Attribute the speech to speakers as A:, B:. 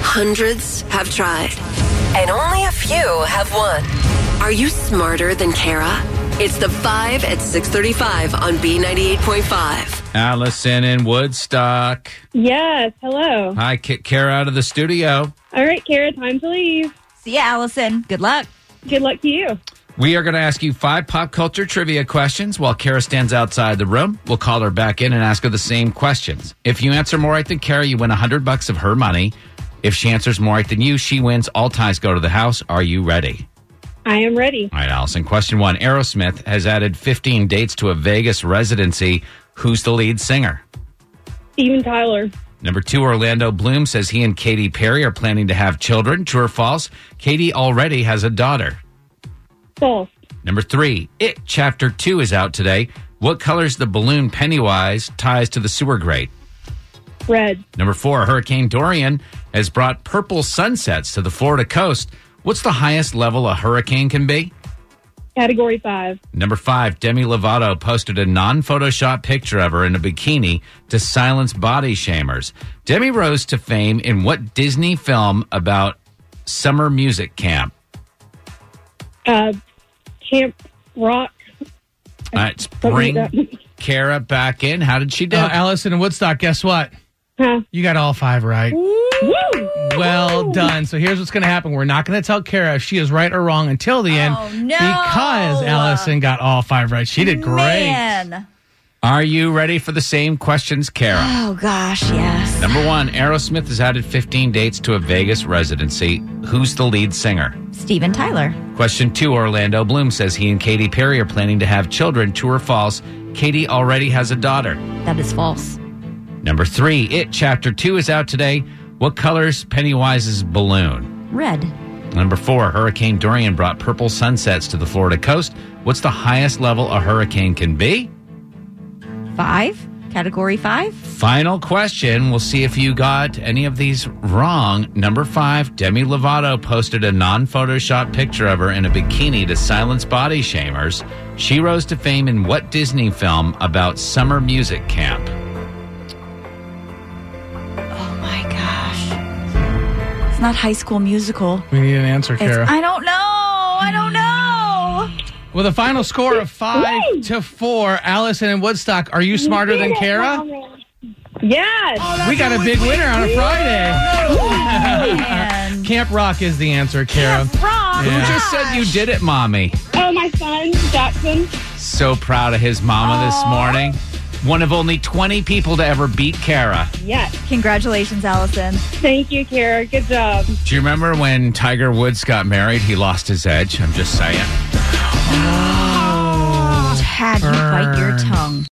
A: Hundreds have tried.
B: and only a few have won.
A: Are you smarter than Kara? It's the 5 at 635 on B98.5.
C: Allison in Woodstock.
D: Yes. Hello.
C: Hi, kick Kara out of the studio.
D: All right, Kara, time to leave.
E: See ya, Allison. Good luck.
D: Good luck to you.
C: We are going to ask you five pop culture trivia questions while Kara stands outside the room. We'll call her back in and ask her the same questions. If you answer more right than Kara, you win 100 bucks of her money. If she answers more right than you, she wins. All ties go to the house. Are you ready?
D: I am ready.
C: All right, Allison. Question one Aerosmith has added 15 dates to a Vegas residency. Who's the lead singer?
D: Steven Tyler.
C: Number two, Orlando Bloom says he and Katy Perry are planning to have children. True or false? Katy already has a daughter.
D: False.
C: Number three, It Chapter Two is out today. What color's the balloon Pennywise ties to the sewer grate?
D: Red.
C: Number four, Hurricane Dorian has brought purple sunsets to the Florida coast. What's the highest level a hurricane can be?
D: Category five.
C: Number five, Demi Lovato posted a non Photoshop picture of her in a bikini to silence body shamers. Demi rose to fame in what Disney film about summer music camp?
D: Uh, Camp Rock.
C: All right,
D: Something like
C: bring Kara back in. How did she do?
F: Uh, Allison in Woodstock, guess what?
D: Huh.
F: You got all five right.
D: Woo!
F: Well done. So here's what's going to happen. We're not going to tell Kara if she is right or wrong until the end
E: Oh, no.
F: because Allison got all five right. She did great.
E: Man.
C: Are you ready for the same questions, Kara?
E: Oh, gosh, yes.
C: Number one, Aerosmith has added 15 dates to a Vegas residency. Who's the lead singer?
E: Steven Tyler.
C: Question two, Orlando Bloom says he and Katy Perry are planning to have children. True or false? Katy already has a daughter.
E: That is false.
C: Number three, It Chapter Two is out today. What color's Pennywise's balloon?
E: Red.
C: Number four, Hurricane Dorian brought purple sunsets to the Florida coast. What's the highest level a hurricane can be?
E: Five. Category five.
C: Final question. We'll see if you got any of these wrong. Number five, Demi Lovato posted a non Photoshop picture of her in a bikini to silence body shamers. She rose to fame in what Disney film about summer music camp?
E: Oh, my gosh. It's not high school musical.
F: We need an answer,
E: It's,
F: Kara.
E: I don't know. I don't know.
F: With a final score of five to four, Allison in Woodstock, are you smarter than Kara?
D: Yes.
F: We got a big winner on a Friday.
E: Man.
F: Camp Rock is the answer, Kara.
E: Wrong.
F: Yeah.
C: Who just said you did it, mommy?
D: Oh, my son, Jackson.
C: So proud of his mama this morning. One of only 20 people to ever beat Kara.
D: Yes.
E: Congratulations, Allison.
D: Thank you, Kara. Good job.
C: Do you remember when Tiger Woods got married? He lost his edge. I'm just saying.
E: Tad, you bite your
F: Burn.
E: tongue.